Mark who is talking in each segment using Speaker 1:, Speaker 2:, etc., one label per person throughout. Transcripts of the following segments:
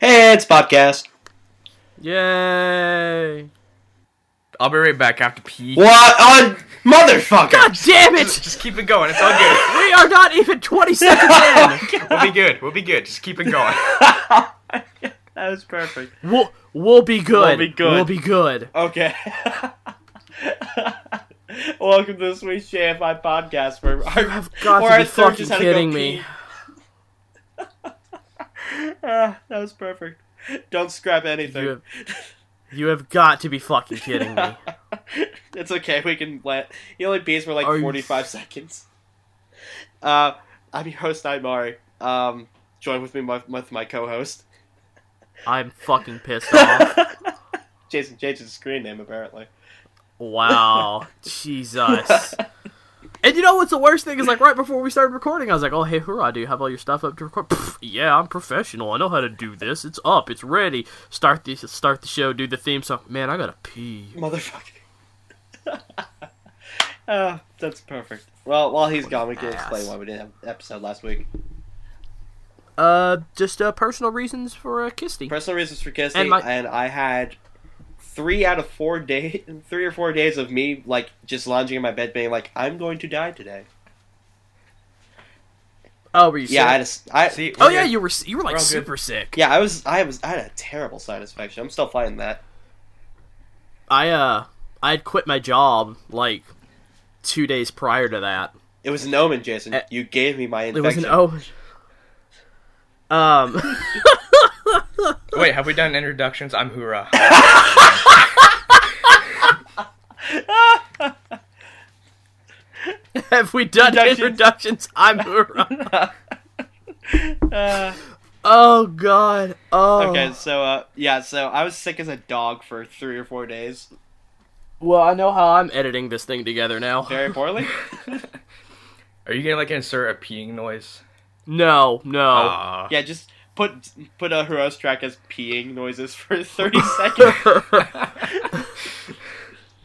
Speaker 1: Heads podcast.
Speaker 2: Yay!
Speaker 3: I'll be right back after pee.
Speaker 1: What on motherfucker?
Speaker 2: God damn it!
Speaker 3: Just keep it going. It's all good.
Speaker 2: We are not even 20 seconds in!
Speaker 3: We'll be good. We'll be good. Just keep it going.
Speaker 1: That was perfect.
Speaker 2: We'll, we'll be good.
Speaker 1: We'll be good.
Speaker 2: We'll be good.
Speaker 1: Okay. Welcome to the Sweet JFI podcast. Where our, you
Speaker 2: have got to Oh, be fucking kidding me.
Speaker 1: Ah, that was perfect. Don't scrap anything.
Speaker 2: You have, you have got to be fucking kidding me.
Speaker 1: It's okay. We can let. He only bees were like
Speaker 2: Are you-
Speaker 1: 45 seconds. Uh, I'm your host, Imari. Um, join with me my, with my co-host,
Speaker 2: I'm fucking pissed off.
Speaker 1: Jason. Jason's screen name apparently.
Speaker 2: Wow. Jesus. And you know what's the worst thing is like right before we started recording, I was like, "Oh hey, hurrah! Do you have all your stuff up to record?" Pff, yeah, I'm professional. I know how to do this. It's up. It's ready. Start the start the show. Do the theme song. Man, I gotta pee.
Speaker 1: Motherfucker. Ah, that's perfect. Well, while he's gone, we can
Speaker 2: Ass.
Speaker 1: explain why we didn't have an episode last week.
Speaker 2: Uh, just uh, personal reasons for uh, Kisty.
Speaker 1: Personal reasons for kissing, and,
Speaker 2: And my-
Speaker 1: I had three out of four days, three or four days of me like just lounging in my bed, being like, "I'm going to die today."
Speaker 2: oh, were you?
Speaker 1: Yeah, I had
Speaker 2: sick?
Speaker 1: a s I
Speaker 3: See,
Speaker 2: oh
Speaker 3: we're
Speaker 2: yeah,
Speaker 3: good.
Speaker 2: you were. s- You were like
Speaker 3: We're all good.
Speaker 2: super sick.
Speaker 1: yeah, I was, I was, I had a terrible satisfaction. I'm still fighting that.
Speaker 2: I uh, I had quit my job like two days prior to that.
Speaker 1: It was an omen, Jason.
Speaker 2: Eh,
Speaker 1: you gave me my
Speaker 2: It
Speaker 1: infection.
Speaker 2: was an oh. Um.
Speaker 3: Wait, have we done introductions? I'm Hoorah.
Speaker 2: Have we done
Speaker 1: Introductions.
Speaker 2: introductions? I'm Hoorah.
Speaker 1: Uh,
Speaker 2: Oh god. Oh.
Speaker 1: okay, so uh, yeah, so I was sick as a dog for three or four days,
Speaker 2: Well, I know how I'm editing this thing together now.
Speaker 1: very poorly.
Speaker 3: Are you gonna like insert a peeing noise?
Speaker 2: No, no.
Speaker 3: Aw.
Speaker 1: yeah, just put put a hero's track as peeing noises for thirty seconds.
Speaker 3: Oh.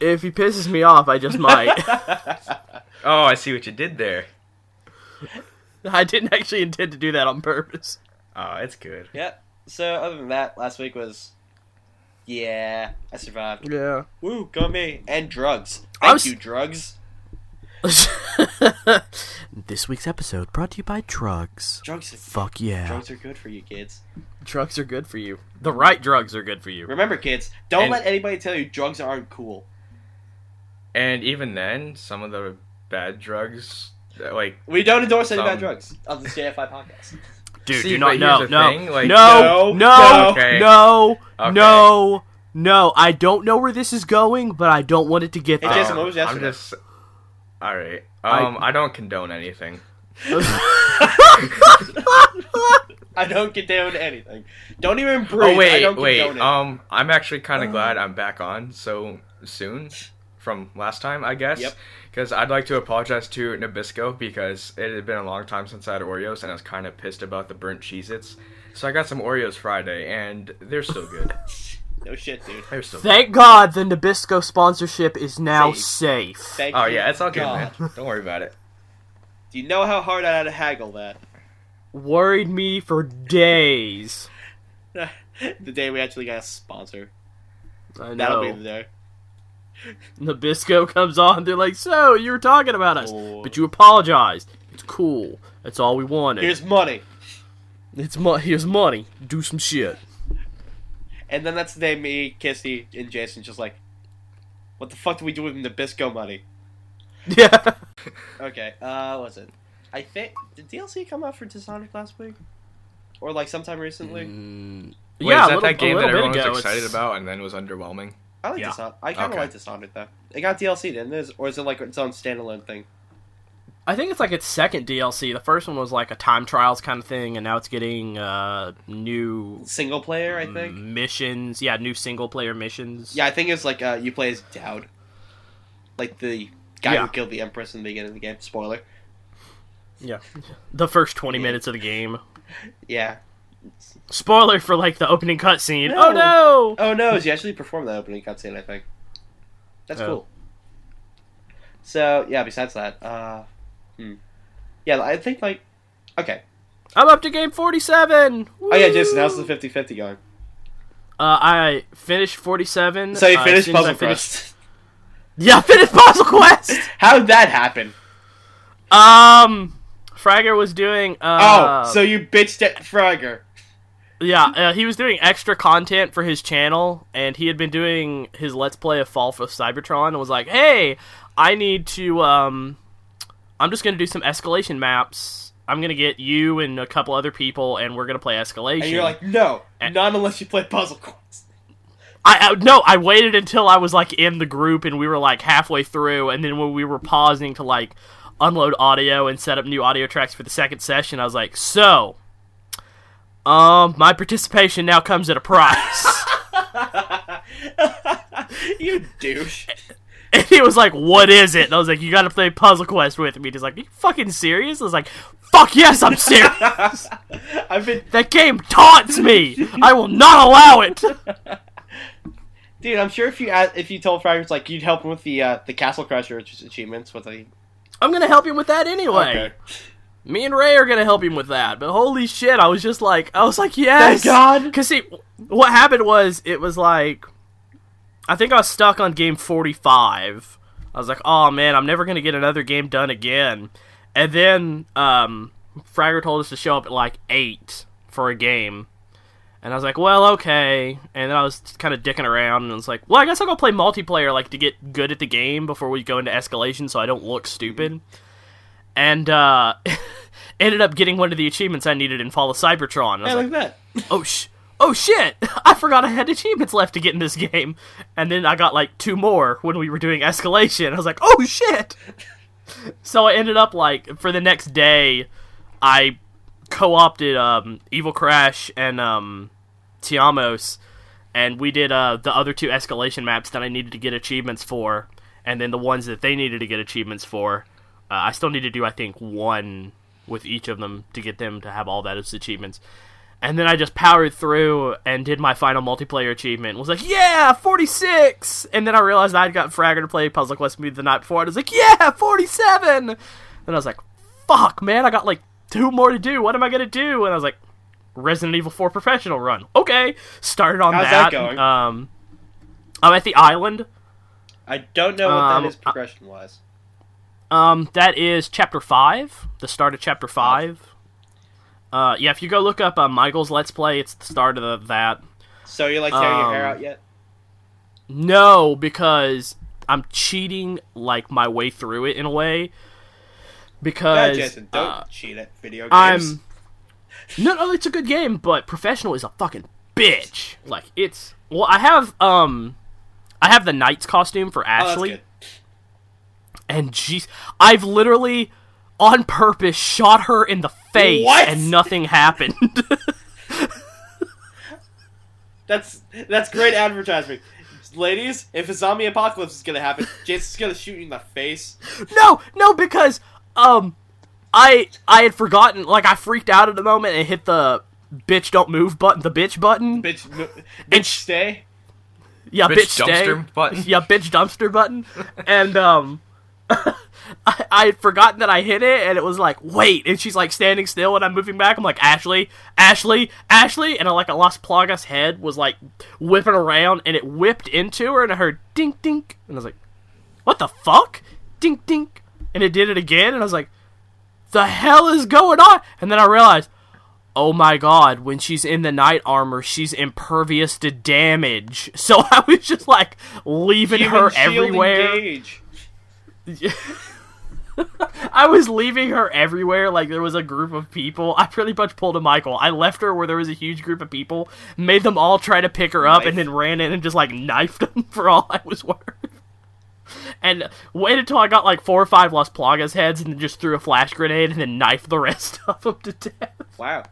Speaker 2: if he pisses me off, I just might.
Speaker 3: Oh, I see what you did there.
Speaker 2: I didn't actually intend to do that on purpose.
Speaker 3: Oh, it's good.
Speaker 1: yeah. So other than that, last week was. Yeah, I survived.
Speaker 2: Yeah.
Speaker 1: Woo, go me. And drugs.
Speaker 2: I
Speaker 1: Thank
Speaker 2: was-
Speaker 1: you, drugs.
Speaker 4: This week's episode brought to you by drugs.
Speaker 1: Drugs are,
Speaker 4: Fuck yeah.
Speaker 1: drugs are good for you, kids.
Speaker 2: Drugs are good for you. The right drugs are good for you.
Speaker 1: Remember, kids, don't
Speaker 3: And-
Speaker 1: let anybody tell you drugs aren't cool.
Speaker 3: And even then, some of the bad drugs, like
Speaker 1: We don't endorse any bad
Speaker 3: Some-
Speaker 1: drugs on the JFI podcast.
Speaker 2: Dude,
Speaker 3: See,
Speaker 2: do
Speaker 3: but
Speaker 2: not
Speaker 3: here's
Speaker 2: no
Speaker 3: the
Speaker 2: no,
Speaker 3: thing, like-
Speaker 2: no
Speaker 1: No,
Speaker 2: no no
Speaker 3: okay.
Speaker 2: no
Speaker 3: Okay.
Speaker 2: no no. I don't know where this is going, but I don't want it to get
Speaker 1: Hey,
Speaker 2: there.
Speaker 1: Jason, what was
Speaker 3: um, I'm
Speaker 1: yesterday?
Speaker 3: just. All right. Um, I, don't condone anything.
Speaker 1: I don't condone anything. Don't even breathe.
Speaker 3: Oh
Speaker 1: I
Speaker 3: wait,
Speaker 1: don't
Speaker 3: wait.
Speaker 1: condone it.
Speaker 3: Um, I'm actually kind
Speaker 2: Uh.
Speaker 3: of glad I'm back on so soon from last time, I guess.
Speaker 1: Yep.
Speaker 3: Because I'd like to apologize to Nabisco because it had been a long time since I had Oreos and I was kind of pissed about the burnt Cheez-Its. So I got some Oreos Friday and they're so good.
Speaker 1: no shit, dude.
Speaker 3: They're so. good.
Speaker 2: Thank God the Nabisco sponsorship is now safe.
Speaker 1: Thank
Speaker 3: Oh
Speaker 1: you,
Speaker 3: yeah, it's all good,
Speaker 1: God.
Speaker 3: man. Don't worry about it.
Speaker 1: Do you know how hard I had to haggle that?
Speaker 2: Worried me for days.
Speaker 1: the day we actually got a sponsor.
Speaker 2: I
Speaker 1: That'll be
Speaker 2: know.
Speaker 1: the day.
Speaker 2: Nabisco comes on. They're like, "So you were talking about us,
Speaker 1: Oh.
Speaker 2: but you apologized. It's cool. That's all we wanted.
Speaker 1: Here's money.
Speaker 2: it's mo- here's money. Do some shit."
Speaker 1: And then that's the day me, Kissy, and Jason just like, what the fuck do we do with Nabisco money?
Speaker 2: Yeah.
Speaker 1: Okay, uh, what was it? I think did DLC come out for Dishonored last week, or like sometime recently?
Speaker 2: Mm, yeah,
Speaker 3: Wait, is
Speaker 2: a
Speaker 3: that
Speaker 2: little-
Speaker 3: that game
Speaker 2: a
Speaker 3: that
Speaker 2: little bit
Speaker 3: everyone was
Speaker 2: ago,
Speaker 3: excited
Speaker 2: it's-
Speaker 3: about and then was underwhelming?
Speaker 1: I like
Speaker 2: Yeah.
Speaker 1: Dishonored. I kind of
Speaker 3: Okay.
Speaker 1: like Dishonored though. It got DLC, didn't it? Or is it like its own standalone thing?
Speaker 2: I think it's like its second DLC. The first one was like a time trials kind of thing, and now it's getting uh, new
Speaker 1: Single player, I think.
Speaker 2: Mm. missions. Yeah, new single player missions.
Speaker 1: Yeah, I think it was like uh, you play as Dowd, like the guy
Speaker 2: Yeah.
Speaker 1: who killed the Empress in the beginning of the game. Spoiler.
Speaker 2: yeah. The first twenty minutes of the game.
Speaker 1: Yeah.
Speaker 2: Spoiler for like the opening cutscene.
Speaker 1: No.
Speaker 2: Oh no!
Speaker 1: Oh no, she actually performed that opening cutscene. I think. That's
Speaker 2: Oh.
Speaker 1: cool. So yeah, besides that, uh, hmm. yeah, I think like, okay,
Speaker 2: Uh, I'm up to game 47.
Speaker 1: oh yeah, Jason, how's the 50-50 going?
Speaker 2: Uh, I finished 47.
Speaker 1: So you
Speaker 2: Uh, as
Speaker 1: finished
Speaker 2: soon as I
Speaker 1: Puzzle
Speaker 2: finished-
Speaker 1: Quest.
Speaker 2: Yeah, I finished Puzzle Quest!
Speaker 1: How did that happen?
Speaker 2: Um, Fragger was doing. Uh,
Speaker 1: oh, so you bitched at Frogger.
Speaker 2: Yeah, uh, he was doing extra content for his channel, and he had been doing his Let's Play of Fall for Cybertron, and was like, "Hey, I need to. Um, I'm just gonna do some escalation maps. I'm gonna get you and a couple other people, and we're gonna play escalation."
Speaker 1: And you're like, no,
Speaker 2: Eh.
Speaker 1: not unless you play Puzzle Quest.
Speaker 2: I, I no, I waited until I was like in the group and we were like halfway through, and then when we were pausing to like unload audio and set up new audio tracks for the second session, I was like, so, um, my participation now comes at a price.
Speaker 1: you douche.
Speaker 2: and he was like, what is it? And I was like, you got to play Puzzle Quest with me. And he's like, are you fucking serious? I was like, fuck yes, I'm serious.
Speaker 1: I've been,
Speaker 2: that game taunts me. I will not allow it.
Speaker 1: dude. I'm sure if you asked, if you told Frogger, it's like you'd help him with the uh, the Castle Crusher achievements with the.
Speaker 2: I'm gonna help you with that anyway.
Speaker 1: Okay.
Speaker 2: Me and Ray are gonna help him with that. But holy shit, I was just like, I was like, yes,
Speaker 1: Thank God.
Speaker 2: Cause see, what happened was it was like, I think I was stuck on game forty five. I was like, oh man, I'm never gonna get another game done again. And then um, Fragger told us to show up at like eight for a game. And I was like, well, okay. And then I was kind of dicking around and I was like, well, I guess I'll go play multiplayer, like, to get good at the game before we go into escalation so I don't look stupid. And, uh, ended up getting one of the achievements I needed in Fall of Cybertron. And I was
Speaker 1: Hey,
Speaker 2: like,
Speaker 1: look at that.
Speaker 2: oh, sh- oh shit! I forgot I had achievements left to get in this game. And then I got, like, two more when we were doing escalation. I was like, oh shit! so I ended up, like, for the next day, I co-opted um, Evil Crash and um, Tiamos, and we did uh, the other two escalation maps that I needed to get achievements for, and then the ones that they needed to get achievements for. Uh, I still need to do, I think, one with each of them to get them to have all that as achievements. And then I just powered through and did my final multiplayer achievement. Was like, yeah, 46! And then I realized I'd got Fragger to play Puzzle Quest with me the night before. And I was like, yeah, 47! Then I was like, fuck, man, I got like two more to do. What am I going to do? And I was like, Resident Evil 4 Professional Run. Okay. Started on
Speaker 1: How's that
Speaker 2: that.
Speaker 1: going?
Speaker 2: Um, I'm at the island.
Speaker 1: I don't know what
Speaker 2: Um,
Speaker 1: that is progression wise.
Speaker 2: Um, that is chapter five, the start of chapter five. Uh, yeah, if you go look up uh, Michael's Let's Play, it's the start of the, that.
Speaker 1: So you're like tearing your hair
Speaker 2: um,
Speaker 1: out yet?
Speaker 2: No, because I'm cheating like my way through it in a way.
Speaker 1: Bad
Speaker 2: Because
Speaker 1: Jason, don't
Speaker 2: uh,
Speaker 1: cheat at video games. Oh,
Speaker 2: I'm no, no, it's a good game, but professional is a fucking bitch. Like it's well, I have um, I have the knight's costume for
Speaker 1: oh, that's
Speaker 2: Ashley.
Speaker 1: good.
Speaker 2: And jeez, I've literally on purpose shot her in the face
Speaker 1: What?
Speaker 2: and nothing happened.
Speaker 1: That's that's great advertising. Ladies, if a zombie apocalypse is gonna happen, Jason's gonna shoot you in the face.
Speaker 2: no, no because um I I had forgotten like I freaked out at the moment and hit the bitch don't move button, the bitch button.
Speaker 1: Bitch, mo- bitch,
Speaker 2: Bitch-
Speaker 1: stay.
Speaker 2: yeah,
Speaker 3: Bitch
Speaker 2: bitch, stay.
Speaker 3: dumpster button.
Speaker 2: yeah, bitch dumpster button. And um I, I had forgotten that I hit it and it was like, wait, and she's like standing still and I'm moving back. I'm like, Ashley, Ashley, Ashley and I like I lost Plaga's head was like whipping around and it whipped into her and I heard dink dink and I was like, What the fuck? Dink dink and it did it again and I was like, The hell is going on? And then I realized Oh my god, when she's in the night armor, she's impervious to damage. So I was just like leaving
Speaker 1: Human
Speaker 2: her
Speaker 1: shield
Speaker 2: everywhere.
Speaker 1: engage.
Speaker 2: I was leaving her everywhere. Like there was a group of people. I pretty much pulled a Michael. I left her where there was a huge group of people, made them all try to pick her up,
Speaker 1: Knife.
Speaker 2: and then ran in and just like knifed them for all I was worth. And waited until I got like four or five Las Plagas heads, and then just threw a flash grenade and then knifed the rest of them to death.
Speaker 1: Wow.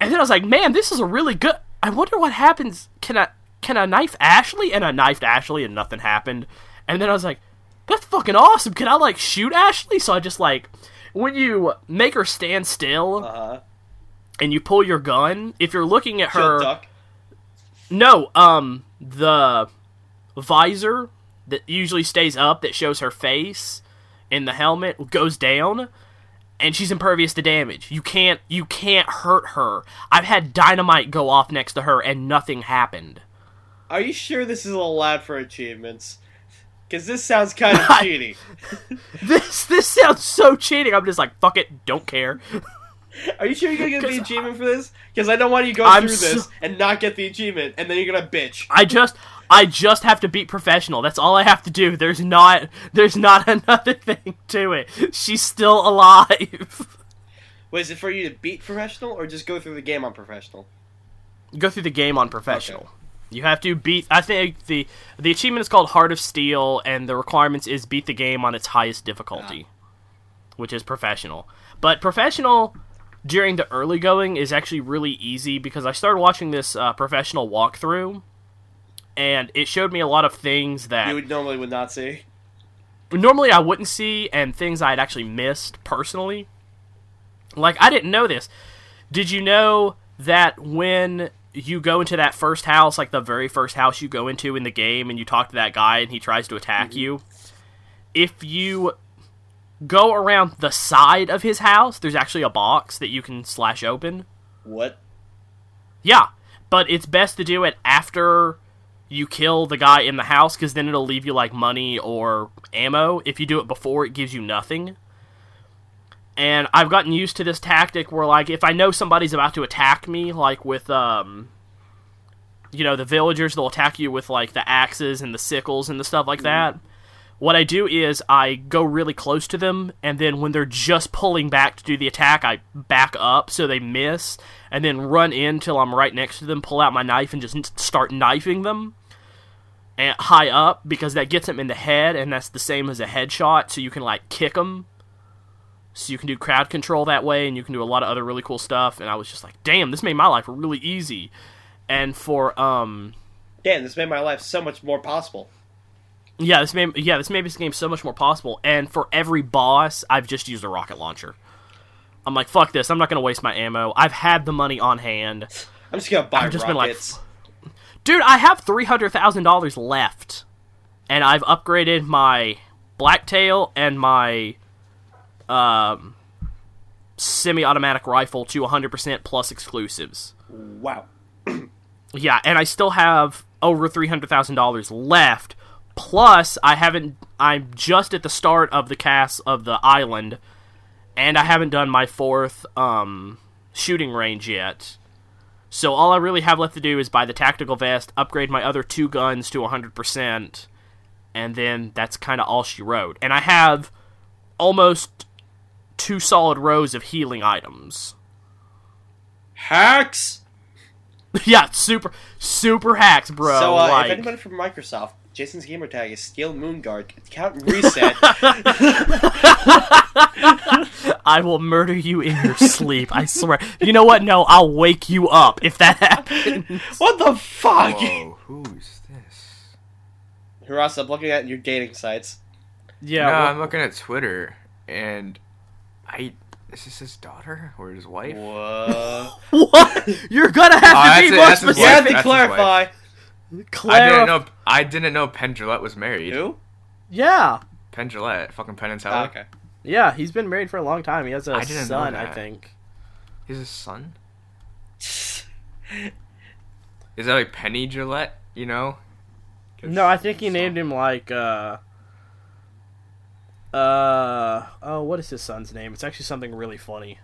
Speaker 2: And then I was like, man, this is a really good. I wonder what happens. Can I can I knife Ashley? And I knifed Ashley, and nothing happened. And then I was like, that's fucking awesome. Can I like shoot Ashley? So I just like when you make her stand still
Speaker 1: Uh,
Speaker 2: and you pull your gun, if you're looking at
Speaker 1: she'll
Speaker 2: her,
Speaker 1: duck.
Speaker 2: no, um, the visor that usually stays up that shows her face in the helmet goes down, and she's impervious to damage. You can't you can't hurt her. I've had dynamite go off next to her and nothing happened.
Speaker 1: Are you sure this is allowed for achievements? Because this sounds kind of cheating.
Speaker 2: This this sounds so cheating. I'm just like fuck it, don't care.
Speaker 1: Are you sure you're gonna get the
Speaker 2: 'Cause
Speaker 1: achievement for this? Because I don't want you to go
Speaker 2: I'm
Speaker 1: through this
Speaker 2: so-
Speaker 1: and not get the achievement, and then you're gonna bitch.
Speaker 2: I just I just have to beat professional. That's all I have to do. There's not there's not another thing to it. She's still alive.
Speaker 1: Wait, is it for you to beat professional or just go through the game on professional?
Speaker 2: go through the game on professional. You have to beat. I think the the achievement is called Heart of Steel, and the requirements is beat the game on its highest difficulty, which is professional. But professional during the early going is actually really easy because I started watching this uh, professional walkthrough, and it showed me a lot of things that
Speaker 1: You would normally would not see.
Speaker 2: normally I wouldn't see and things I had actually missed personally. Like I didn't know this. Did you know that when you go into that first house, like the very first house you go into in the game and you talk to that guy and he tries to attack you, if you go around the side of his house, there's actually a box that you can slash open.
Speaker 1: What?
Speaker 2: Yeah, but it's best to do it after you kill the guy in the house because then it'll leave you like money or ammo. If you do it before, it gives you nothing. And I've gotten used to this tactic where, like, if I know somebody's about to attack me, like with, um, you know, the villagers, they'll attack you with, like, the axes and the sickles and the stuff like that. What I do is I go really close to them, and then when they're just pulling back to do the attack, I back up so they miss, and then run in till I'm right next to them, pull out my knife, and just n- start knifing them and high up because that gets them in the head, and that's the same as a headshot, so you can like kick them. So you can do crowd control that way, and you can do a lot of other really cool stuff. And I was just like, damn, this made my life really easy. And for um,
Speaker 1: Damn, this made my life so much more possible.
Speaker 2: yeah, this made yeah this made this game so much more possible. And for every boss, I've just used a rocket launcher. I'm like, fuck this. I'm not gonna waste my ammo. I've had the money on hand,
Speaker 1: I'm just gonna buy
Speaker 2: I've just been like,
Speaker 1: rockets.
Speaker 2: dude. I have three hundred thousand dollars left, and I've upgraded my blacktail and my um semi-automatic rifle to 100% plus exclusives.
Speaker 1: wow.
Speaker 2: Yeah, and I still have over three hundred thousand dollars left. Plus, I haven't. I'm just at the start of the cast of the island, and I haven't done my fourth um, shooting range yet. So all I really have left to do is buy the tactical vest, upgrade my other two guns to hundred percent, and then that's kind of all she wrote. And I have almost two solid rows of healing items.
Speaker 1: Hacks!
Speaker 2: yeah, super, super hacks, bro.
Speaker 1: so, uh,
Speaker 2: like-
Speaker 1: if anybody from Microsoft, Jason's gamer tag is Steel Moonguard. Count reset.
Speaker 2: I will murder you in your sleep. I swear. You know what? No, I'll wake you up if that happens.
Speaker 1: what the fuck?
Speaker 3: Whoa, who's this?
Speaker 1: Hiras, I'm looking at your dating sites.
Speaker 2: Yeah.
Speaker 3: no, I'm looking at Twitter, and I is this his daughter or his wife?
Speaker 1: Whoa.
Speaker 2: what? You're gonna have
Speaker 3: Oh,
Speaker 2: to
Speaker 3: that's
Speaker 2: be
Speaker 3: it,
Speaker 2: more
Speaker 3: that's his
Speaker 2: specific.
Speaker 1: yeah,
Speaker 3: wife,
Speaker 1: they
Speaker 3: that's his
Speaker 1: clarify.
Speaker 3: I
Speaker 2: Clara.
Speaker 3: didn't know. I didn't know Penn Jillette was married.
Speaker 1: Who?
Speaker 2: Yeah.
Speaker 3: Penn Jillette, fucking Penn and Teller.
Speaker 1: Oh, okay.
Speaker 2: Yeah, he's been married for a long time. He has a
Speaker 3: I didn't know
Speaker 2: son, I
Speaker 3: that.
Speaker 2: think.
Speaker 3: He's his son. Is that like Penny Gillette? You know?
Speaker 2: No, I think he named him like uh uh oh, what is his son's name? It's actually something really funny.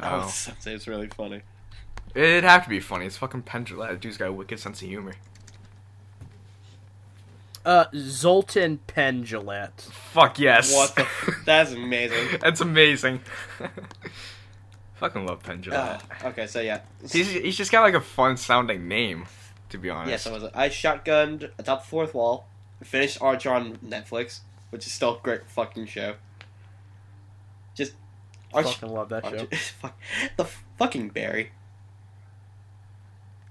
Speaker 1: Oh.
Speaker 3: Oh.
Speaker 1: it's really funny.
Speaker 3: It'd have to be funny. It's fucking Penn Jillette. Dude's got a wicked sense of humor.
Speaker 2: Uh Zoltan Penn Gillette.
Speaker 3: Fuck yes.
Speaker 1: What the? That's amazing.
Speaker 3: That's amazing. fucking love Penn Jillette.
Speaker 1: Ah, okay, so yeah.
Speaker 3: He's, he's just got like a fun sounding name, to be honest.
Speaker 1: Yes, I was. I shotgunned atop the fourth wall. Finished Archer on Netflix, which is still a great fucking show. Just Archer.
Speaker 2: Fucking love that show.
Speaker 1: Archer fuck, the fucking Barry.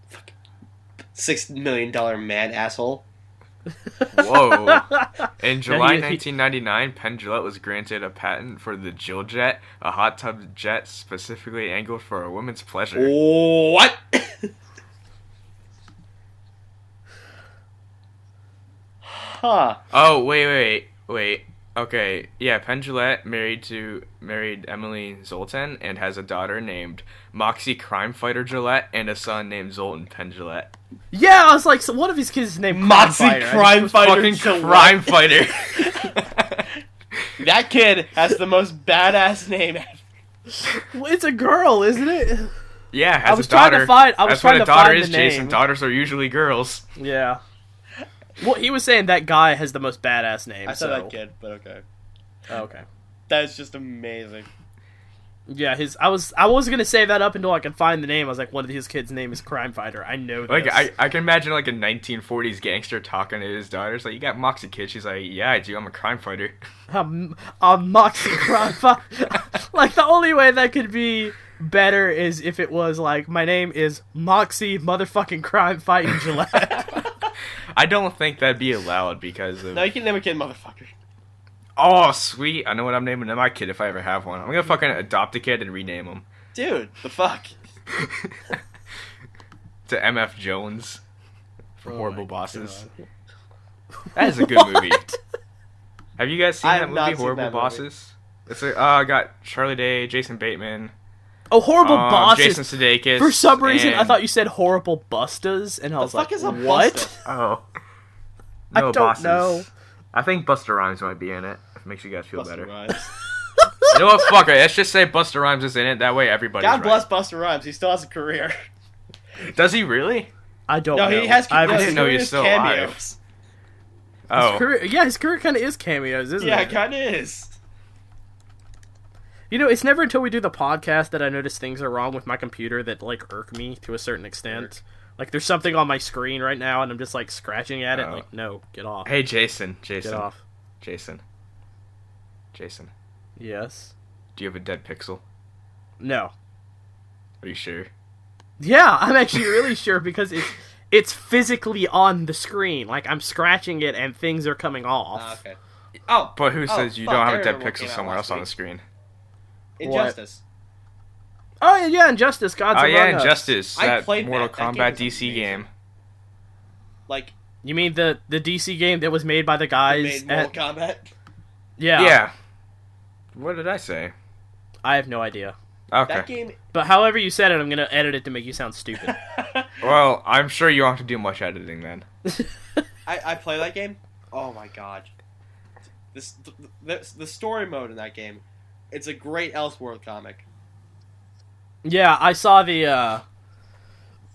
Speaker 1: Fucking six million dollar man asshole.
Speaker 3: Whoa. In July
Speaker 2: he-
Speaker 3: 1999, Penn Jillette was granted a patent for the Jill Jet, a hot tub jet specifically angled for a woman's pleasure.
Speaker 2: Oh.
Speaker 1: What? huh.
Speaker 3: Oh, wait, wait, wait. Okay, yeah, Pendulette married to married Emily Zoltan and has a daughter named Moxie Crime Fighter Gillette and a son named Zoltan Pendulette.
Speaker 2: Yeah, I was like, so one of his kids is named
Speaker 1: Moxie Crime Fighter
Speaker 3: Fucking
Speaker 1: Gillette.
Speaker 3: crime fighter.
Speaker 1: That kid has the most badass name ever.
Speaker 2: Crime. It's a girl, isn't it?
Speaker 3: yeah, has
Speaker 2: was
Speaker 3: a
Speaker 2: trying
Speaker 3: daughter.
Speaker 2: to find- I was
Speaker 3: That's what
Speaker 2: trying to
Speaker 3: a daughter
Speaker 2: find
Speaker 3: is,
Speaker 2: the name.
Speaker 3: Jason. Daughters are usually girls.
Speaker 2: Yeah. Well, he was saying that guy has the most badass name.
Speaker 1: I said
Speaker 2: so.
Speaker 1: that kid, but okay.
Speaker 2: Oh, okay.
Speaker 1: That's just amazing.
Speaker 2: Yeah, his. I was. I was gonna save that up until I could find the name. I was like, one of his kids' name is Crime Fighter. I know. This.
Speaker 3: Like I, I can imagine like a 1940s gangster talking to his daughters like, "You got Moxie kid?" She's like, "Yeah, I do. I'm a crime fighter."
Speaker 2: a, a moxie crime fighter. like the only way that could be better is if it was like my name is Moxie motherfucking crime fighting Gillette.
Speaker 3: I don't think that'd be allowed because of
Speaker 1: Now you can name a kid motherfucker.
Speaker 3: Oh, sweet. I know what I'm naming my kid if I ever have one. I'm gonna fucking adopt a kid and rename him
Speaker 1: Dude, the fuck?
Speaker 3: to MF Jones from
Speaker 2: Oh
Speaker 3: Horrible
Speaker 2: my
Speaker 3: Bosses. That is a good movie. Have you guys seen
Speaker 1: I
Speaker 3: that
Speaker 1: have
Speaker 3: movie,
Speaker 1: not seen
Speaker 3: Horrible
Speaker 1: that movie.
Speaker 3: Bosses? It's a, uh, got Charlie Day, Jason Bateman,
Speaker 2: Oh, horrible
Speaker 3: um,
Speaker 2: bosses.
Speaker 3: Jason Sudeikis.
Speaker 2: For some reason, I
Speaker 3: and-
Speaker 2: thought you said horrible bustas, and I was like,
Speaker 1: fuck is a
Speaker 2: what?
Speaker 1: busta?
Speaker 3: Oh,
Speaker 2: I
Speaker 3: No,
Speaker 2: don't know.
Speaker 3: I think Buster Rhymes might be in it. If it makes you guys feel
Speaker 1: Buster
Speaker 3: better.
Speaker 1: Rhymes.
Speaker 3: You know what? Fuck it. Let's just say Buster Rhymes is in it. That way, everybody's
Speaker 1: God bless
Speaker 3: right.
Speaker 1: Buster Rhymes. He still has a career.
Speaker 3: Does he really?
Speaker 2: Oh, I don't.
Speaker 1: No,
Speaker 2: know.
Speaker 1: he has.
Speaker 2: I've-
Speaker 1: no,
Speaker 3: didn't
Speaker 1: his
Speaker 3: know he
Speaker 1: career
Speaker 3: was
Speaker 1: is
Speaker 3: still alive.
Speaker 1: cameos.
Speaker 2: His
Speaker 3: Oh,
Speaker 2: career, yeah, his career kind of is cameos, isn't
Speaker 1: Yeah,
Speaker 2: it?
Speaker 1: it kind of is.
Speaker 2: You know, it's never until we do the podcast that I notice things are wrong with my computer that like irk me to a certain extent. Like there's something on my screen right now, and I'm just like scratching at it.
Speaker 3: Oh.
Speaker 2: Like, no, get off,
Speaker 3: hey Jason, Jason,
Speaker 2: get off.
Speaker 3: Jason, Jason.
Speaker 2: Yes.
Speaker 3: Do you have a dead pixel?
Speaker 2: No.
Speaker 3: Are you sure?
Speaker 2: Yeah, I'm actually really sure because it's it's physically on the screen. Like I'm scratching it, and things are coming off.
Speaker 1: Ah, okay. Oh,
Speaker 3: But who
Speaker 1: Oh,
Speaker 3: says you
Speaker 1: fuck,
Speaker 3: don't have
Speaker 1: I
Speaker 3: a dead
Speaker 1: remember what
Speaker 3: pixel
Speaker 1: came out
Speaker 3: somewhere
Speaker 1: last
Speaker 3: else on
Speaker 1: week.
Speaker 3: the screen?
Speaker 1: Injustice.
Speaker 2: Oh yeah, yeah, Injustice, Gods
Speaker 3: oh
Speaker 2: Among
Speaker 3: yeah,
Speaker 2: Us.
Speaker 3: Injustice,
Speaker 1: I
Speaker 3: that
Speaker 1: played
Speaker 3: Mortal
Speaker 1: that. That game
Speaker 3: Kombat
Speaker 1: is
Speaker 3: DC
Speaker 1: amazing.
Speaker 3: game.
Speaker 1: Like
Speaker 2: You mean the the DC game that was made by the
Speaker 1: I
Speaker 2: guys?
Speaker 1: made
Speaker 2: At,
Speaker 1: Mortal Kombat.
Speaker 2: yeah,
Speaker 3: Yeah. What did I say?
Speaker 2: I have no idea.
Speaker 3: Okay.
Speaker 1: That game.
Speaker 2: But however you said it, I'm gonna edit it to make you sound stupid.
Speaker 3: Well, I'm sure you don't have to do much editing then.
Speaker 1: I, I play that game. Oh my god. This the, the, the story mode in that game. It's a great Elseworld comic.
Speaker 2: Yeah, I saw the uh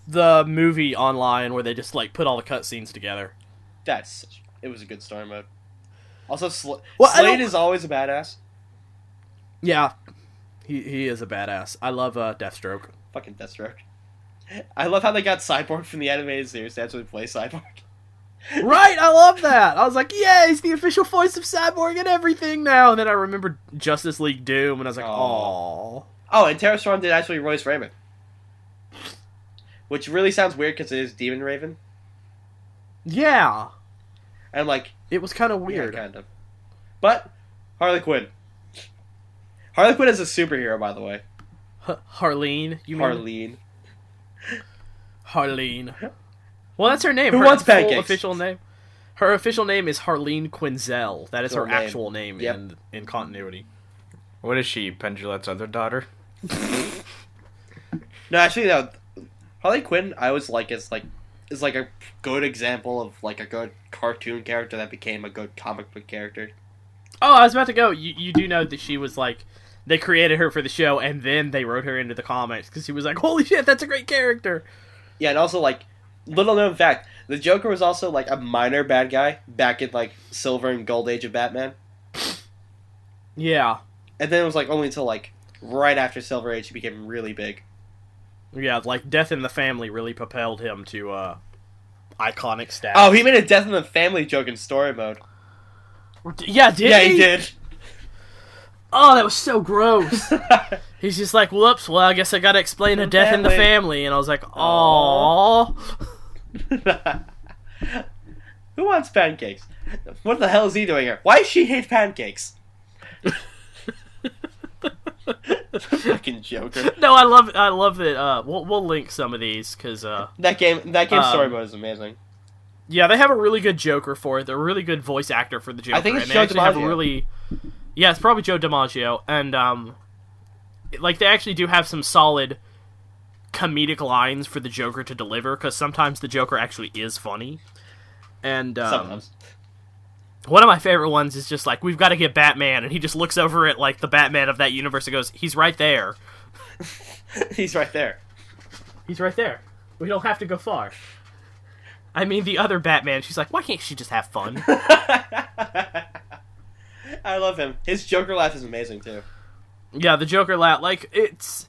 Speaker 2: the movie online where they just like put all the cutscenes together.
Speaker 1: That's such, it was a good story mode. Also, Sl-
Speaker 2: Well, I
Speaker 1: Slade
Speaker 2: don't-
Speaker 1: is always a badass.
Speaker 2: Yeah. He he is a badass. I love uh Deathstroke.
Speaker 1: Fucking Deathstroke. I love how they got Cyborg from the animated series to actually play Cyborg.
Speaker 2: right, I love that. I was like, yeah, he's the official voice of Cyborg and everything now. And then I remembered Justice League Doom and I was like,
Speaker 1: Aw.
Speaker 2: oh.
Speaker 1: Oh, and Terra Storm did actually Royce Raven, which really sounds weird because it is Demon Raven.
Speaker 2: Yeah.
Speaker 1: And I'm like,
Speaker 2: It was kind of
Speaker 1: yeah,
Speaker 2: weird.
Speaker 1: kind of. But Harley Quinn. Harley Quinn is a superhero, by the way.
Speaker 2: H- Harleen, you mean
Speaker 1: Harleen.
Speaker 2: Harleen. Well, that's her name.
Speaker 1: Who
Speaker 2: her
Speaker 1: wants
Speaker 2: full
Speaker 1: pancakes?
Speaker 2: Official name. Her official name is Harleen Quinzel. That is
Speaker 1: Her
Speaker 2: her
Speaker 1: name.
Speaker 2: actual name
Speaker 1: Yep.
Speaker 2: in in continuity.
Speaker 3: What is she, Pendulette's other daughter?
Speaker 1: No, actually, no. Harley Quinn, I always like is like is like a good example of like a good cartoon character that became a good comic book character.
Speaker 2: Oh, I was about to go. You, you do know that she was like, they created her for the show, and then they wrote her into the comics because he was like, "Holy shit, that's a great character."
Speaker 1: Yeah, and also like little known fact, the Joker was also like a minor bad guy back in like Silver and Gold Age of Batman,
Speaker 2: Yeah,
Speaker 1: and then it was like only until like right after Silver Age he became really big.
Speaker 2: yeah. Like Death in the Family really propelled him to uh, iconic status.
Speaker 1: Oh, he made a Death in the Family joke in story mode.
Speaker 2: yeah, did
Speaker 1: yeah, he did.
Speaker 2: Oh, that was so gross. He's just like, "Whoops, well, I guess I gotta explain a death in the
Speaker 1: Family.
Speaker 2: family," and I was like, "Aww."
Speaker 1: Who wants pancakes? What the hell is he doing here? Why does she hate pancakes? Fucking Joker.
Speaker 2: No, I love, I love that. Uh, we'll we'll link some of these because uh,
Speaker 1: That game, that game story
Speaker 2: Um,
Speaker 1: mode is amazing.
Speaker 2: Yeah, they have a really good Joker for it. They're a really good voice actor for the Joker.
Speaker 1: think it's
Speaker 2: and they
Speaker 1: Joe
Speaker 2: actually have a
Speaker 1: DiMaggio.
Speaker 2: really Yeah, it's probably Joe DiMaggio and um it- like they actually do have some solid comedic lines for the Joker to deliver cuz sometimes the Joker actually is funny. And um,
Speaker 1: Sometimes.
Speaker 2: one of my favorite ones is just like we've got to get Batman and he just looks over at like the Batman of that universe and goes, "He's right there."
Speaker 1: He's right there.
Speaker 2: He's right there. We don't have to go far. I mean, the other Batman, she's like, why can't she just have fun?
Speaker 1: I love him. His Joker laugh is amazing too.
Speaker 2: yeah, the Joker laugh. Like, it's.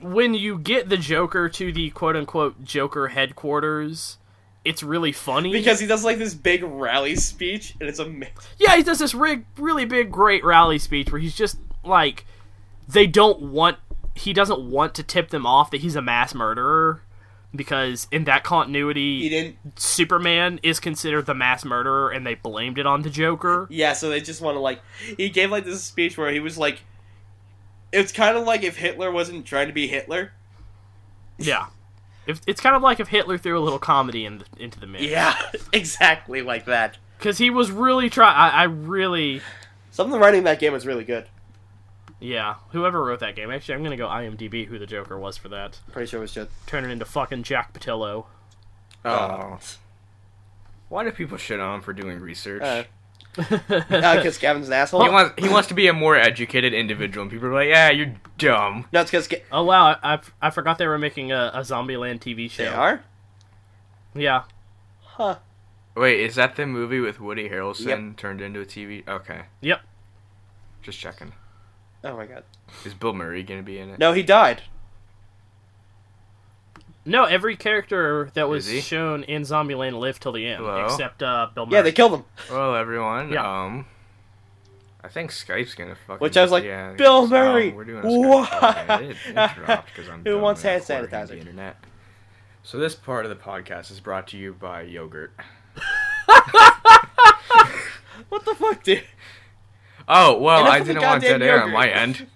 Speaker 2: When you get the Joker to the quote unquote Joker headquarters, it's really funny.
Speaker 1: Because he does like this big rally speech and it's amazing.
Speaker 2: yeah, he does this rig- really big, great rally speech where he's just like, they don't want, he doesn't want to tip them off that he's a mass murderer because in that continuity,
Speaker 1: He didn't
Speaker 2: Superman is considered the mass murderer and they blamed it on the Joker.
Speaker 1: Yeah, so they just want to like. He gave like this speech where he was like, it's kind of like if Hitler wasn't trying to be Hitler.
Speaker 2: Yeah. If, it's kind of like if Hitler threw a little comedy in the, into the mix.
Speaker 1: Yeah, exactly like that.
Speaker 2: Because he was really trying. I really.
Speaker 1: Some of the writing in that game is really good.
Speaker 2: Yeah. Whoever wrote that game. Actually, I'm going to go IMDb who the Joker was for that.
Speaker 1: Pretty sure it was just.
Speaker 2: Turn it into fucking Jack Patillo.
Speaker 1: Uh,
Speaker 3: Oh. Why do people shit on him for doing research?
Speaker 1: Uh, because Gavin's an asshole.
Speaker 3: he wants he wants to be a more educated individual, and people are like, "Yeah, you're dumb."
Speaker 1: no, it's because
Speaker 2: oh, wow. I, I, I forgot they were making a, a Zombieland TV show.
Speaker 1: they are.
Speaker 2: Yeah.
Speaker 1: Huh.
Speaker 3: Wait, is that the movie with Woody Harrelson turned into a TV? Okay,
Speaker 2: Yep.
Speaker 3: just checking.
Speaker 1: Oh my god.
Speaker 3: Is Bill Murray gonna be in it?
Speaker 1: No, he died.
Speaker 2: No, every character that was
Speaker 3: Is he?
Speaker 2: shown in Zombieland lived till the end,
Speaker 3: Hello?
Speaker 2: except uh, Bill Murray.
Speaker 1: Yeah, they killed him.
Speaker 3: Well, everyone.
Speaker 2: Yeah.
Speaker 3: Um, I think Skype's gonna fucking.
Speaker 1: Which I was like,
Speaker 3: yeah,
Speaker 1: Bill
Speaker 3: oh,
Speaker 1: Murray,
Speaker 3: we're doing a
Speaker 1: what?
Speaker 3: Skype call, and It, it dropped 'cause I'm
Speaker 1: Who
Speaker 3: dumb
Speaker 1: wants
Speaker 3: and
Speaker 1: hand
Speaker 3: recording on
Speaker 1: sanitizer?
Speaker 3: The internet. So this part of the podcast is brought to you by yogurt.
Speaker 1: What the fuck, dude?
Speaker 3: Oh well,
Speaker 1: Enough
Speaker 3: I
Speaker 1: of the
Speaker 3: didn't want
Speaker 1: goddamn
Speaker 3: that air on
Speaker 1: yogurt.
Speaker 3: my end.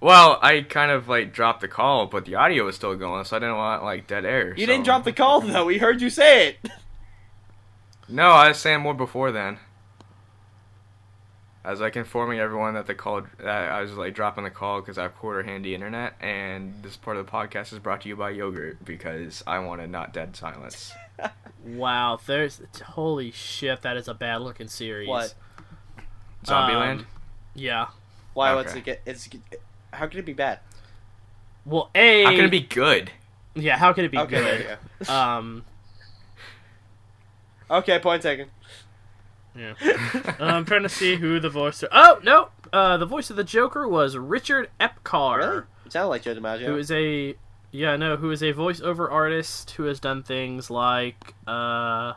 Speaker 3: Well, I kind of like dropped the call, but the audio was still going, so I didn't want like dead air.
Speaker 1: You didn't drop the call though. We heard you say it.
Speaker 3: No, I was saying more before then. I was like informing everyone that the call, that I was like dropping the call because I have quarter handy internet, and this part of the podcast is brought to you by yogurt because I wanted not dead silence.
Speaker 2: Wow. There's. Holy shit, that is a bad looking series.
Speaker 1: What?
Speaker 3: Zombieland.
Speaker 2: Um, Yeah.
Speaker 1: Why?
Speaker 3: Okay.
Speaker 1: What's it get? It's. How could it be bad?
Speaker 2: Well, A.
Speaker 3: How can it be good?
Speaker 2: Yeah, how could it be
Speaker 1: Okay, there
Speaker 2: good?
Speaker 1: you
Speaker 2: Um,
Speaker 1: go. Okay, point taken.
Speaker 2: yeah. Um,
Speaker 1: Um,
Speaker 2: I'm trying to see who the voice. Oh no, uh, the voice of the Joker was Richard Epcar,
Speaker 1: Really? It sounded like Joe DiMaggio.
Speaker 2: who is a yeah no, who is a voiceover artist who has done things like uh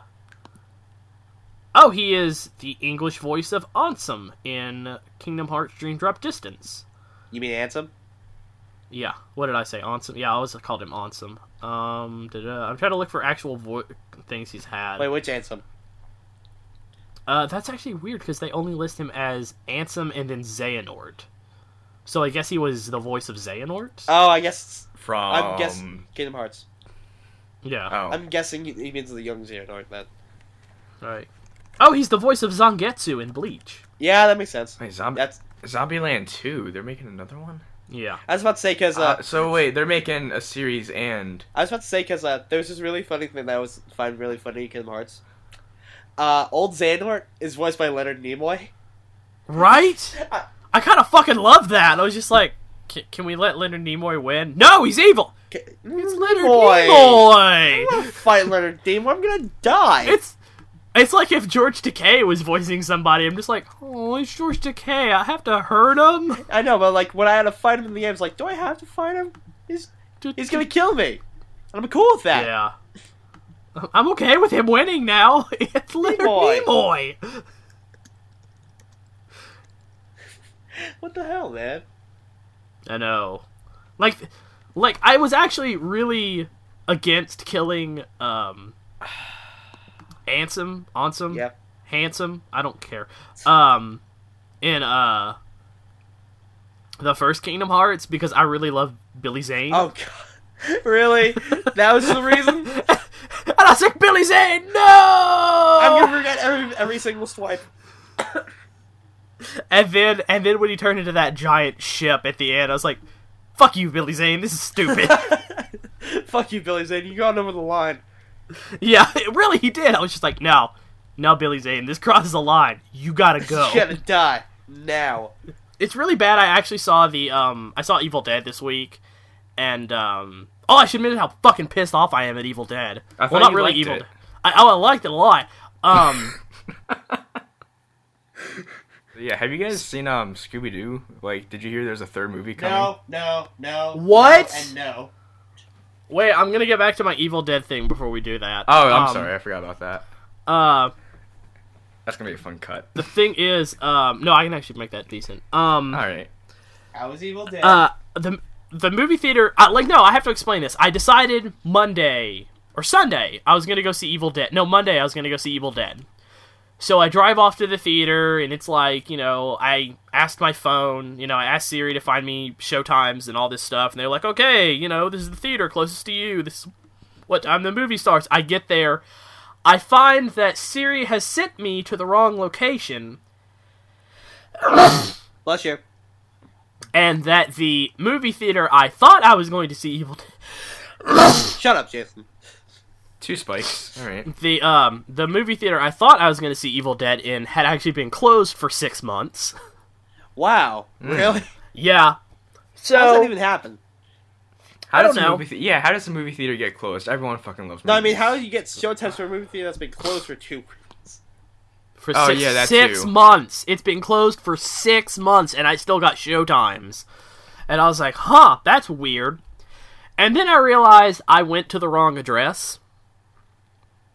Speaker 2: oh he is the English voice of Ansem in Kingdom Hearts Dream Drop Distance.
Speaker 1: you mean handsome?
Speaker 2: Yeah, what did I say? Ansem. Yeah, I always called him Ansem. Um, da-da. I'm trying to look for actual vo- things he's had.
Speaker 1: Wait, which handsome?
Speaker 2: Uh, that's actually weird because they only list him as Ansem and then Xehanort. So I guess he was the voice of Xehanort?
Speaker 1: Oh, I guess
Speaker 3: From
Speaker 1: I'm
Speaker 2: Um,
Speaker 1: guessing Kingdom Hearts.
Speaker 2: yeah.
Speaker 3: Oh,
Speaker 1: I'm guessing he- he means the young Xehanort then.
Speaker 2: Right. Oh, he's the voice of Zangetsu in Bleach.
Speaker 1: Yeah, that makes sense.
Speaker 3: wait, Zombie
Speaker 1: That's
Speaker 3: Zombieland Two. They're making another one.
Speaker 2: Yeah.
Speaker 1: I was about to say because uh,
Speaker 3: Uh, so wait, they're making a series and
Speaker 1: I was about to say because uh, there was this really funny thing that I was find really funny in Kingdom Hearts. Uh, old Xehanort is voiced by Leonard Nimoy. Uh,
Speaker 2: Right?
Speaker 1: I-
Speaker 2: I kind of fucking love that. I was just like, "Ca- can we let Leonard Nimoy win? No, he's evil!
Speaker 1: It's
Speaker 2: It's Leonard Nimoy!
Speaker 1: Fight Leonard Nimoy! I'm gonna die.
Speaker 2: It's. It's like if George Takei was voicing somebody. I'm just like, oh, it's George Takei. I have to hurt him.
Speaker 1: I know, but like when I had to fight him in the game, I was like, do I have to fight him? He's he's gonna kill me. And I'm cool with that.
Speaker 2: Yeah. I'm okay with him winning now. It's Leonard
Speaker 1: Nimoy.
Speaker 2: Nimoy.
Speaker 1: What the hell, man?
Speaker 2: I know. Like like I was actually really against killing um Ansem, Ansem,
Speaker 1: Yeah.
Speaker 2: Handsome, I don't care. Um in uh the first Kingdom Hearts because I really love Billy Zane.
Speaker 1: Oh god. really? That was the reason?
Speaker 2: and classic Billy Zane. No.
Speaker 1: I'm gonna regret every every single swipe.
Speaker 2: And then and then when he turned into that giant ship at the end, I was like, "Fuck you, Billy Zane. This is stupid."
Speaker 1: Fuck you, Billy Zane. You gone over the line.
Speaker 2: yeah, it- really, he did. I was just like, "No, no, Billy Zane. This crosses a line. You gotta go."
Speaker 1: You gotta die now.
Speaker 2: it's really bad. I actually saw the um I saw Evil Dead this week, and um oh I should admit how fucking pissed off I am at Evil Dead.
Speaker 3: I
Speaker 2: well,
Speaker 3: thought
Speaker 2: not
Speaker 3: you
Speaker 2: really
Speaker 3: liked
Speaker 2: Evil.
Speaker 3: it.
Speaker 2: Dead. I oh I liked it a lot. Um
Speaker 3: Yeah, have you guys seen um Scooby Doo? Like, did you hear there's a third movie coming?
Speaker 1: No, no, no.
Speaker 2: What?
Speaker 1: no, and no.
Speaker 2: wait I'm gonna get back to my Evil Dead thing before we do that.
Speaker 3: Oh, I'm
Speaker 2: Um,
Speaker 3: sorry, I forgot about that.
Speaker 2: Uh
Speaker 3: That's gonna be a fun cut.
Speaker 2: the thing is um no I can actually make that decent. Um
Speaker 3: All right.
Speaker 1: I was Evil Dead.
Speaker 2: uh the the movie theater I, like no I have to explain this. I decided Monday or Sunday I was gonna go see Evil Dead. No Monday I was gonna go see Evil Dead. So I drive off to the theater and it's like you know I asked my phone you know I asked Siri to find me showtimes and all this stuff and they're like okay you know this is the theater closest to you this is what time the movie starts. I get there. I find that Siri has sent me to the wrong location
Speaker 1: Bless you.
Speaker 2: and that the movie theater I thought I was going to see Evil Dead
Speaker 1: Shut up, Jason.
Speaker 3: Two spikes. All right.
Speaker 2: the um the movie theater I thought I was going to see Evil Dead in had actually been closed for six months.
Speaker 1: Wow.
Speaker 2: Mm.
Speaker 1: Really?
Speaker 2: yeah.
Speaker 1: How does that
Speaker 2: So
Speaker 1: even happen?
Speaker 3: How
Speaker 2: I don't
Speaker 3: does the
Speaker 2: know.
Speaker 3: Movie the- yeah, how does the movie theater get closed? Everyone fucking loves.
Speaker 1: No, I mean,
Speaker 3: movies.
Speaker 1: how do you get showtimes for a movie theater that's been closed for two weeks?
Speaker 2: for
Speaker 3: Oh,
Speaker 2: six,
Speaker 3: yeah, that
Speaker 2: six
Speaker 3: too.
Speaker 2: months, it's been closed for six months, and I still got showtimes. And I was like, "Huh, that's weird." And then I realized I went to the wrong address,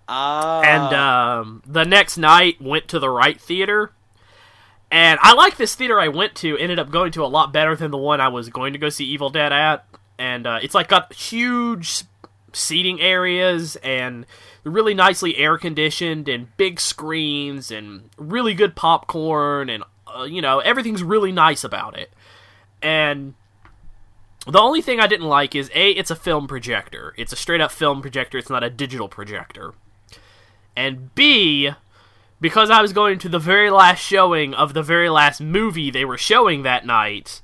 Speaker 1: Ah.
Speaker 2: and um, the next night went to the right theater. And I like this theater I went to. Ended up going to a lot better than the one I was going to go see Evil Dead at. And uh, it's like got huge seating areas and really nicely air conditioned and big screens and really good popcorn and uh, you know everything's really nice about it. And the only thing I didn't like is a it's a film projector. It's a straight up film projector. It's not a digital projector. And B because I was going to the very last showing of the very last movie they were showing that night,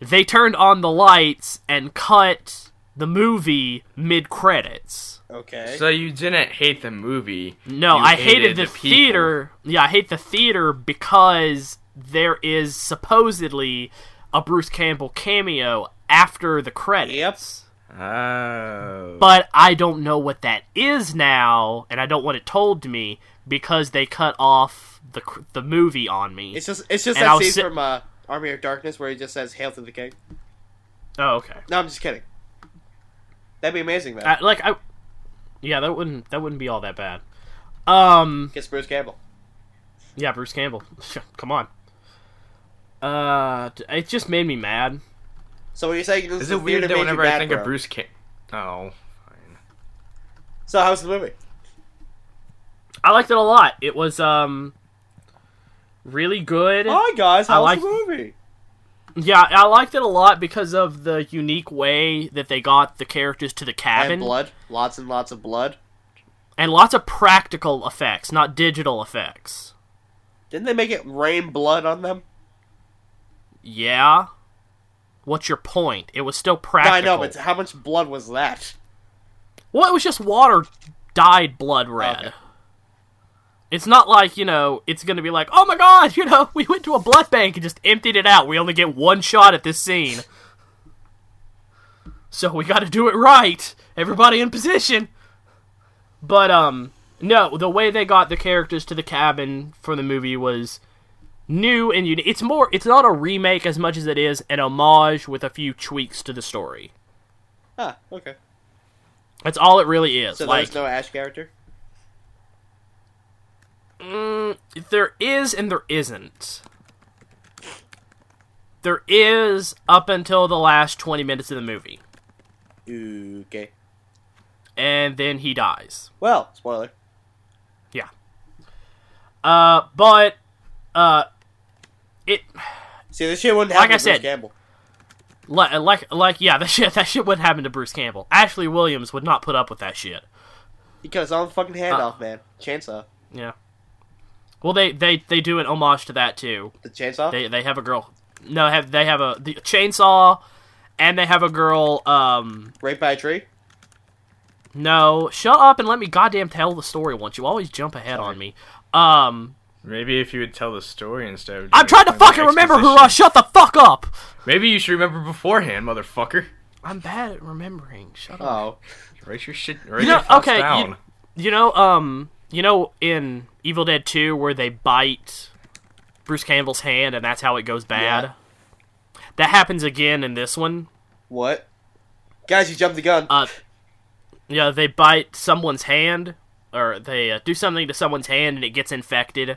Speaker 2: they turned on the lights and cut the movie mid credits.
Speaker 1: okay.
Speaker 3: So you didn't hate the movie.
Speaker 2: No,
Speaker 3: you
Speaker 2: I hated, the,
Speaker 3: people.
Speaker 2: theater. Yeah, I hate the theater because there is supposedly a Bruce Campbell cameo after the credits.
Speaker 1: yep.
Speaker 3: Oh.
Speaker 2: But I don't know what that is now, and I don't want it told to me because they cut off the cr- the movie on me.
Speaker 1: It's just it's just
Speaker 2: And I
Speaker 1: that
Speaker 2: was
Speaker 1: scene
Speaker 2: sit-
Speaker 1: from uh, Army of Darkness where he just says "Hail to the King."
Speaker 2: oh, okay.
Speaker 1: No, I'm just kidding. That'd be amazing, though.
Speaker 2: I, like I, yeah, that wouldn't that wouldn't be all that bad. Um,
Speaker 1: Gets Bruce Campbell.
Speaker 2: yeah, Bruce Campbell, come on. Uh, d- it just made me mad.
Speaker 1: So when you say
Speaker 3: Is it weird that whenever I think
Speaker 1: bro.
Speaker 3: of Bruce Ca- Oh, fine.
Speaker 1: So how's the movie?
Speaker 2: I liked it a lot. It was um, really good.
Speaker 1: Hi guys, how's
Speaker 2: like-
Speaker 1: the movie?
Speaker 2: Yeah, I liked it a lot because of the unique way that they got the characters to the cabin
Speaker 1: And blood, lots and lots of blood.
Speaker 2: and lots of practical effects, not digital effects.
Speaker 1: Didn't they make it rain blood on them?
Speaker 2: Yeah. What's your point? It was still
Speaker 1: No,
Speaker 2: practical.
Speaker 1: I know, but how much blood was that?
Speaker 2: Well, it was just water dyed blood red.
Speaker 1: Okay.
Speaker 2: It's not like, you know, it's going to be like, oh my god, you know, we went to a blood bank and just emptied it out. We only get one shot at this scene. So we got to do it right. Everybody in position. But, um, no, the way they got the characters to the cabin for the movie was new and unique. It's more, it's not a remake as much as it is an homage with a few tweaks to the story.
Speaker 1: Ah, okay.
Speaker 2: That's all it really is.
Speaker 1: So
Speaker 2: like,
Speaker 1: there's no Ash character.
Speaker 2: Mm, there is and there isn't. There is up until the last 20 minutes of the movie,
Speaker 1: Okay.
Speaker 2: and then he dies.
Speaker 1: Well, spoiler.
Speaker 2: Yeah. Uh, but uh, it
Speaker 1: See, this shit wouldn't
Speaker 2: Like
Speaker 1: happen
Speaker 2: I
Speaker 1: to Bruce
Speaker 2: said-
Speaker 1: Campbell.
Speaker 2: like like like yeah, that shit that shit would happen to Bruce Campbell. Ashley Williams would not put up with that shit.
Speaker 1: He cut his own fucking hand off, man. Chainsaw.
Speaker 2: Well, they, they, they do an homage to that too.
Speaker 1: The chainsaw?
Speaker 2: They they have a girl. No, have they have a the chainsaw, and they have a girl. Um,
Speaker 1: Raped by a tree?
Speaker 2: no, shut up and let me goddamn tell the story. Once you always jump ahead on me. Um,
Speaker 3: Maybe if you would tell the story instead of.
Speaker 2: I'm
Speaker 3: doing
Speaker 2: trying to
Speaker 3: like
Speaker 2: fucking remember who. I
Speaker 3: exposition.
Speaker 2: shut the fuck up.
Speaker 3: Maybe you should remember beforehand, motherfucker.
Speaker 2: I'm bad at remembering. Shut up.
Speaker 1: Oh.
Speaker 3: Write your shit. Write
Speaker 2: You
Speaker 3: your
Speaker 2: know,
Speaker 3: thoughts
Speaker 2: okay, you-
Speaker 3: down.
Speaker 2: You know, um, you know, in Evil Dead Two, where they bite Bruce Campbell's hand, and that's how it goes bad. That happens again in this one.
Speaker 1: What? Guys, you jumped the gun.
Speaker 2: uh, yeah, they bite someone's hand or they uh, do something to someone's hand and it gets infected,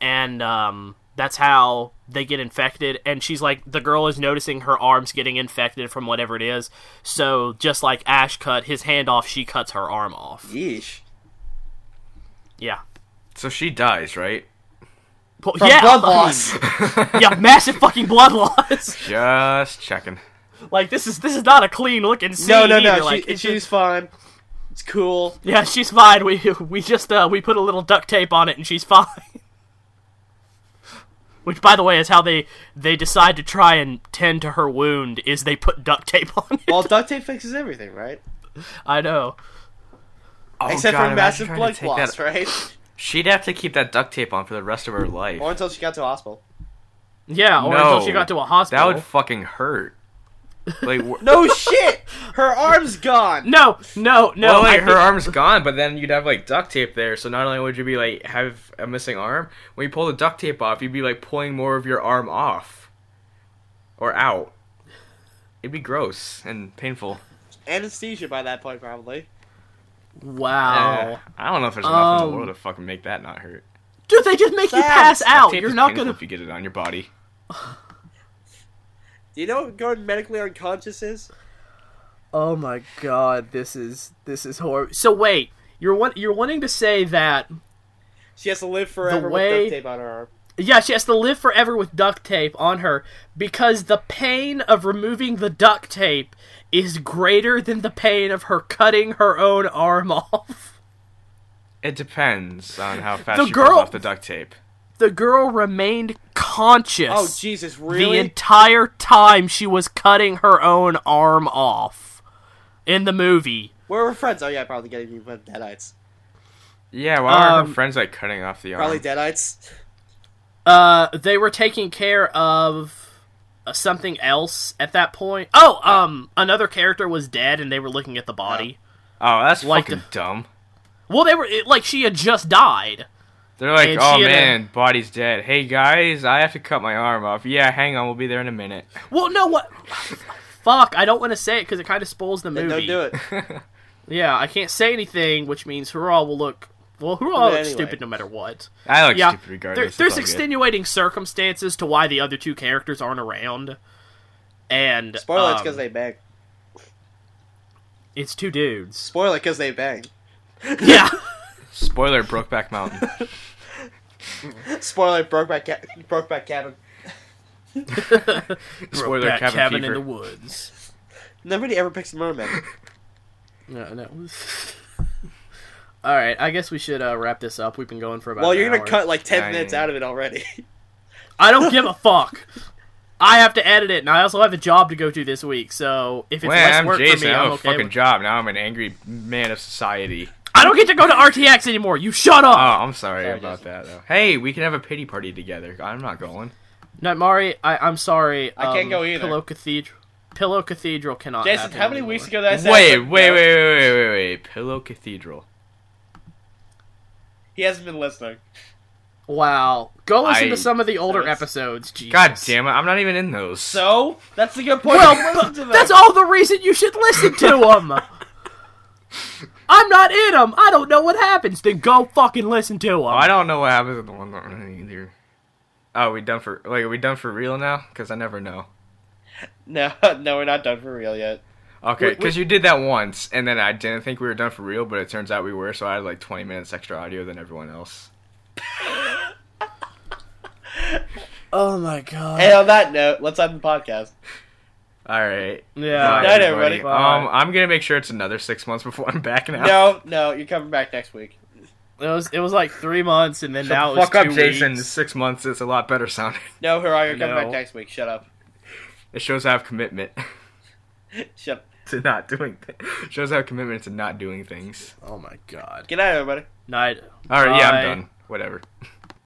Speaker 2: and um, that's how they get infected. And she's like, the girl is noticing her arms getting infected from whatever it is. So just like Ash cut his hand off, she cuts her arm off.
Speaker 1: Yeesh.
Speaker 2: Yeah.
Speaker 3: So she dies, right?
Speaker 2: Well,
Speaker 1: From
Speaker 2: yeah,
Speaker 1: blood
Speaker 2: I mean,
Speaker 1: loss.
Speaker 2: yeah, massive fucking blood loss.
Speaker 3: Just checking.
Speaker 2: like this is this is not a clean looking scene.
Speaker 1: no, no, no.
Speaker 2: either.
Speaker 1: She,
Speaker 2: Like, it's
Speaker 1: she's
Speaker 2: just-
Speaker 1: fine. It's cool.
Speaker 2: yeah, she's fine. We we just uh, we put a little duct tape on it, and she's fine. Which, by the way, is how they they decide to try and tend to her wound is they put duct tape on it.
Speaker 1: Well, duct tape fixes everything, right?
Speaker 2: I know.
Speaker 3: Oh,
Speaker 1: Except
Speaker 3: God,
Speaker 1: for
Speaker 3: imagine
Speaker 1: massive
Speaker 3: trying to
Speaker 1: blood
Speaker 3: take
Speaker 1: loss,
Speaker 3: that-
Speaker 1: right?
Speaker 3: She'd have to keep that duct tape on for the rest of her life.
Speaker 1: Or until she got to the hospital.
Speaker 2: Yeah, or
Speaker 3: No.
Speaker 2: until she got to a hospital.
Speaker 3: That would fucking hurt. Like wh-
Speaker 1: No shit! Her arm's gone!
Speaker 2: no, no, no.
Speaker 3: well,
Speaker 2: I
Speaker 3: like
Speaker 2: think-
Speaker 3: her arm's gone, but then you'd have like duct tape there. So not only would you be like have a missing arm, when you pull the duct tape off, you'd be like pulling more of your arm off or out. It'd be gross and painful.
Speaker 1: Anesthesia by that point, probably.
Speaker 2: Wow,
Speaker 1: Oh.
Speaker 3: Uh, I don't know if there's enough in
Speaker 2: Um,
Speaker 3: the world to fucking make that not hurt.
Speaker 2: dude, they just make you
Speaker 1: Sam,
Speaker 2: pass
Speaker 3: Duct
Speaker 2: out.
Speaker 3: tape
Speaker 2: You're
Speaker 3: is
Speaker 2: not
Speaker 3: painful
Speaker 2: gonna.
Speaker 3: if you get it on your body.
Speaker 1: Do you know what going medically unconscious is?
Speaker 2: Oh my god, this is this is horrible. So wait, you're want, you're wanting to say that
Speaker 1: She has to live forever
Speaker 2: way-
Speaker 1: with duct tape on her arm.
Speaker 2: Yeah, she has to live forever with duct tape on her because the pain of removing the duct tape is greater than the pain of her cutting her own arm off.
Speaker 3: It depends on how fast
Speaker 2: The
Speaker 3: she
Speaker 2: girl-
Speaker 3: pulls off the duct tape.
Speaker 2: The girl remained conscious
Speaker 1: Oh, Jesus,
Speaker 2: the
Speaker 1: really?
Speaker 2: entire time she was cutting her own arm off in the movie.
Speaker 1: Where were friends? Oh, yeah, probably getting you with deadites.
Speaker 3: Yeah, why are
Speaker 2: Um,
Speaker 3: her friends like cutting off the arm?
Speaker 1: Probably deadites.
Speaker 2: Uh, they were taking care of uh, something else at that point. Oh, um, another character was dead and they were looking at the body.
Speaker 3: Oh, that's
Speaker 2: Like
Speaker 3: fucking dumb.
Speaker 2: Well, they were it, like she had just died.
Speaker 3: They're like,
Speaker 2: And
Speaker 3: oh
Speaker 2: she had a-
Speaker 3: man, body's dead. Hey guys, I have to cut my arm off. Yeah, hang on, we'll be there in a minute.
Speaker 2: Well, no, what? Fuck, I don't want to say it because it kind of spoils the
Speaker 1: Then
Speaker 2: movie.
Speaker 1: don't do it.
Speaker 2: Yeah, I can't say anything, which means Hurrah will look. Well, Hurrah
Speaker 1: But
Speaker 2: looks
Speaker 1: anyway.
Speaker 2: stupid no matter what.
Speaker 3: I look
Speaker 2: yeah,
Speaker 3: stupid
Speaker 2: there-
Speaker 3: regardless.
Speaker 2: there's
Speaker 3: it's all good.
Speaker 2: extenuating circumstances to why the other two characters aren't around, and
Speaker 1: Spoiler it's
Speaker 2: um,
Speaker 1: because they bang.
Speaker 2: it's two dudes.
Speaker 1: Spoiler because they bang.
Speaker 2: yeah,
Speaker 3: Spoiler: Brokeback Mountain.
Speaker 1: Spoiler Brokeback, ca- Brokeback Cabin.
Speaker 3: Spoiler:
Speaker 2: Brokeback
Speaker 3: Cabin,
Speaker 2: cabin in
Speaker 3: Fever.
Speaker 2: the woods.
Speaker 1: Nobody ever picks a merman.
Speaker 2: No, no. All right, I guess we should uh, wrap this up. We've been going for about.
Speaker 1: Well,
Speaker 2: an
Speaker 1: you're gonna
Speaker 2: hour.
Speaker 1: cut like 10
Speaker 3: Dang.
Speaker 1: minutes out of it already.
Speaker 2: I don't give a fuck. I have to edit it, and I also have a job to go to this week. So if it's
Speaker 3: Well,
Speaker 2: less
Speaker 3: I'm
Speaker 2: work
Speaker 3: Jason.
Speaker 2: for me,
Speaker 3: I have
Speaker 2: I'm
Speaker 3: a
Speaker 2: okay.
Speaker 3: fucking
Speaker 2: With...
Speaker 3: job now. I'm an angry man of society.
Speaker 2: I don't get to go to RTX anymore. You shut
Speaker 3: Oh,
Speaker 2: up,
Speaker 3: I'm sorry,
Speaker 1: Sorry,
Speaker 3: about
Speaker 1: Jason.
Speaker 3: that. Though. Hey, we can have a pity party together. I'm not going.
Speaker 2: Nightmari. I, I'm sorry.
Speaker 1: I can't
Speaker 2: um,
Speaker 1: go either.
Speaker 2: Pillow Cathedral. Pillow Cathedral cannot.
Speaker 1: Jason,
Speaker 2: happen
Speaker 1: how many
Speaker 2: anymore.
Speaker 1: weeks ago that I
Speaker 3: Wait,
Speaker 1: said
Speaker 3: wait,
Speaker 1: something?
Speaker 3: wait,
Speaker 1: No.
Speaker 3: wait, wait, wait, wait. Pillow Cathedral.
Speaker 1: He hasn't been listening.
Speaker 2: Wow. Go listen
Speaker 3: I-
Speaker 2: to some of the older
Speaker 1: That's-
Speaker 2: episodes. Jesus.
Speaker 3: God damn it! I'm not even in those.
Speaker 1: So that's a good point. Don't
Speaker 2: Well,
Speaker 1: listen
Speaker 2: but
Speaker 1: to them.
Speaker 2: that's all the reason you should listen to them. I'm not in them. I don't know what happens. Then go fucking listen to them.
Speaker 3: Oh, I don't know what happens with the one that either. Oh, we done for like are we done for real now? Because I never know.
Speaker 1: No, no, we're not done for real yet.
Speaker 3: Okay,
Speaker 2: We- we-
Speaker 3: because you did that once, and then I didn't think we were done for real, but it turns out we were. So I had like 20 minutes extra audio than everyone else.
Speaker 2: oh my
Speaker 1: Oh
Speaker 2: god.
Speaker 3: Uh-huh.
Speaker 1: And on that note, let's end the podcast.
Speaker 3: All right.
Speaker 2: Yeah.
Speaker 1: Night, everybody.
Speaker 2: Bye.
Speaker 3: Um, I'm gonna make sure it's another six months before I'm back now.
Speaker 1: No, no, you're coming back next week.
Speaker 2: It was it was like three months, and then
Speaker 3: Shut
Speaker 2: now
Speaker 3: the
Speaker 2: it's
Speaker 3: fuck
Speaker 2: two
Speaker 3: up, Jason.
Speaker 2: weeks.
Speaker 3: Six months is a lot better sounding.
Speaker 1: No, Hirai, you're coming
Speaker 2: No.
Speaker 1: back next week. Shut up.
Speaker 3: It shows I have commitment
Speaker 1: Shut up.
Speaker 3: to not doing. Th- shows I have commitment to not doing things.
Speaker 4: Oh my god.
Speaker 1: Good night, everybody.
Speaker 2: Night.
Speaker 3: All right. Yeah, I'm
Speaker 2: Bye.
Speaker 3: done. Whatever.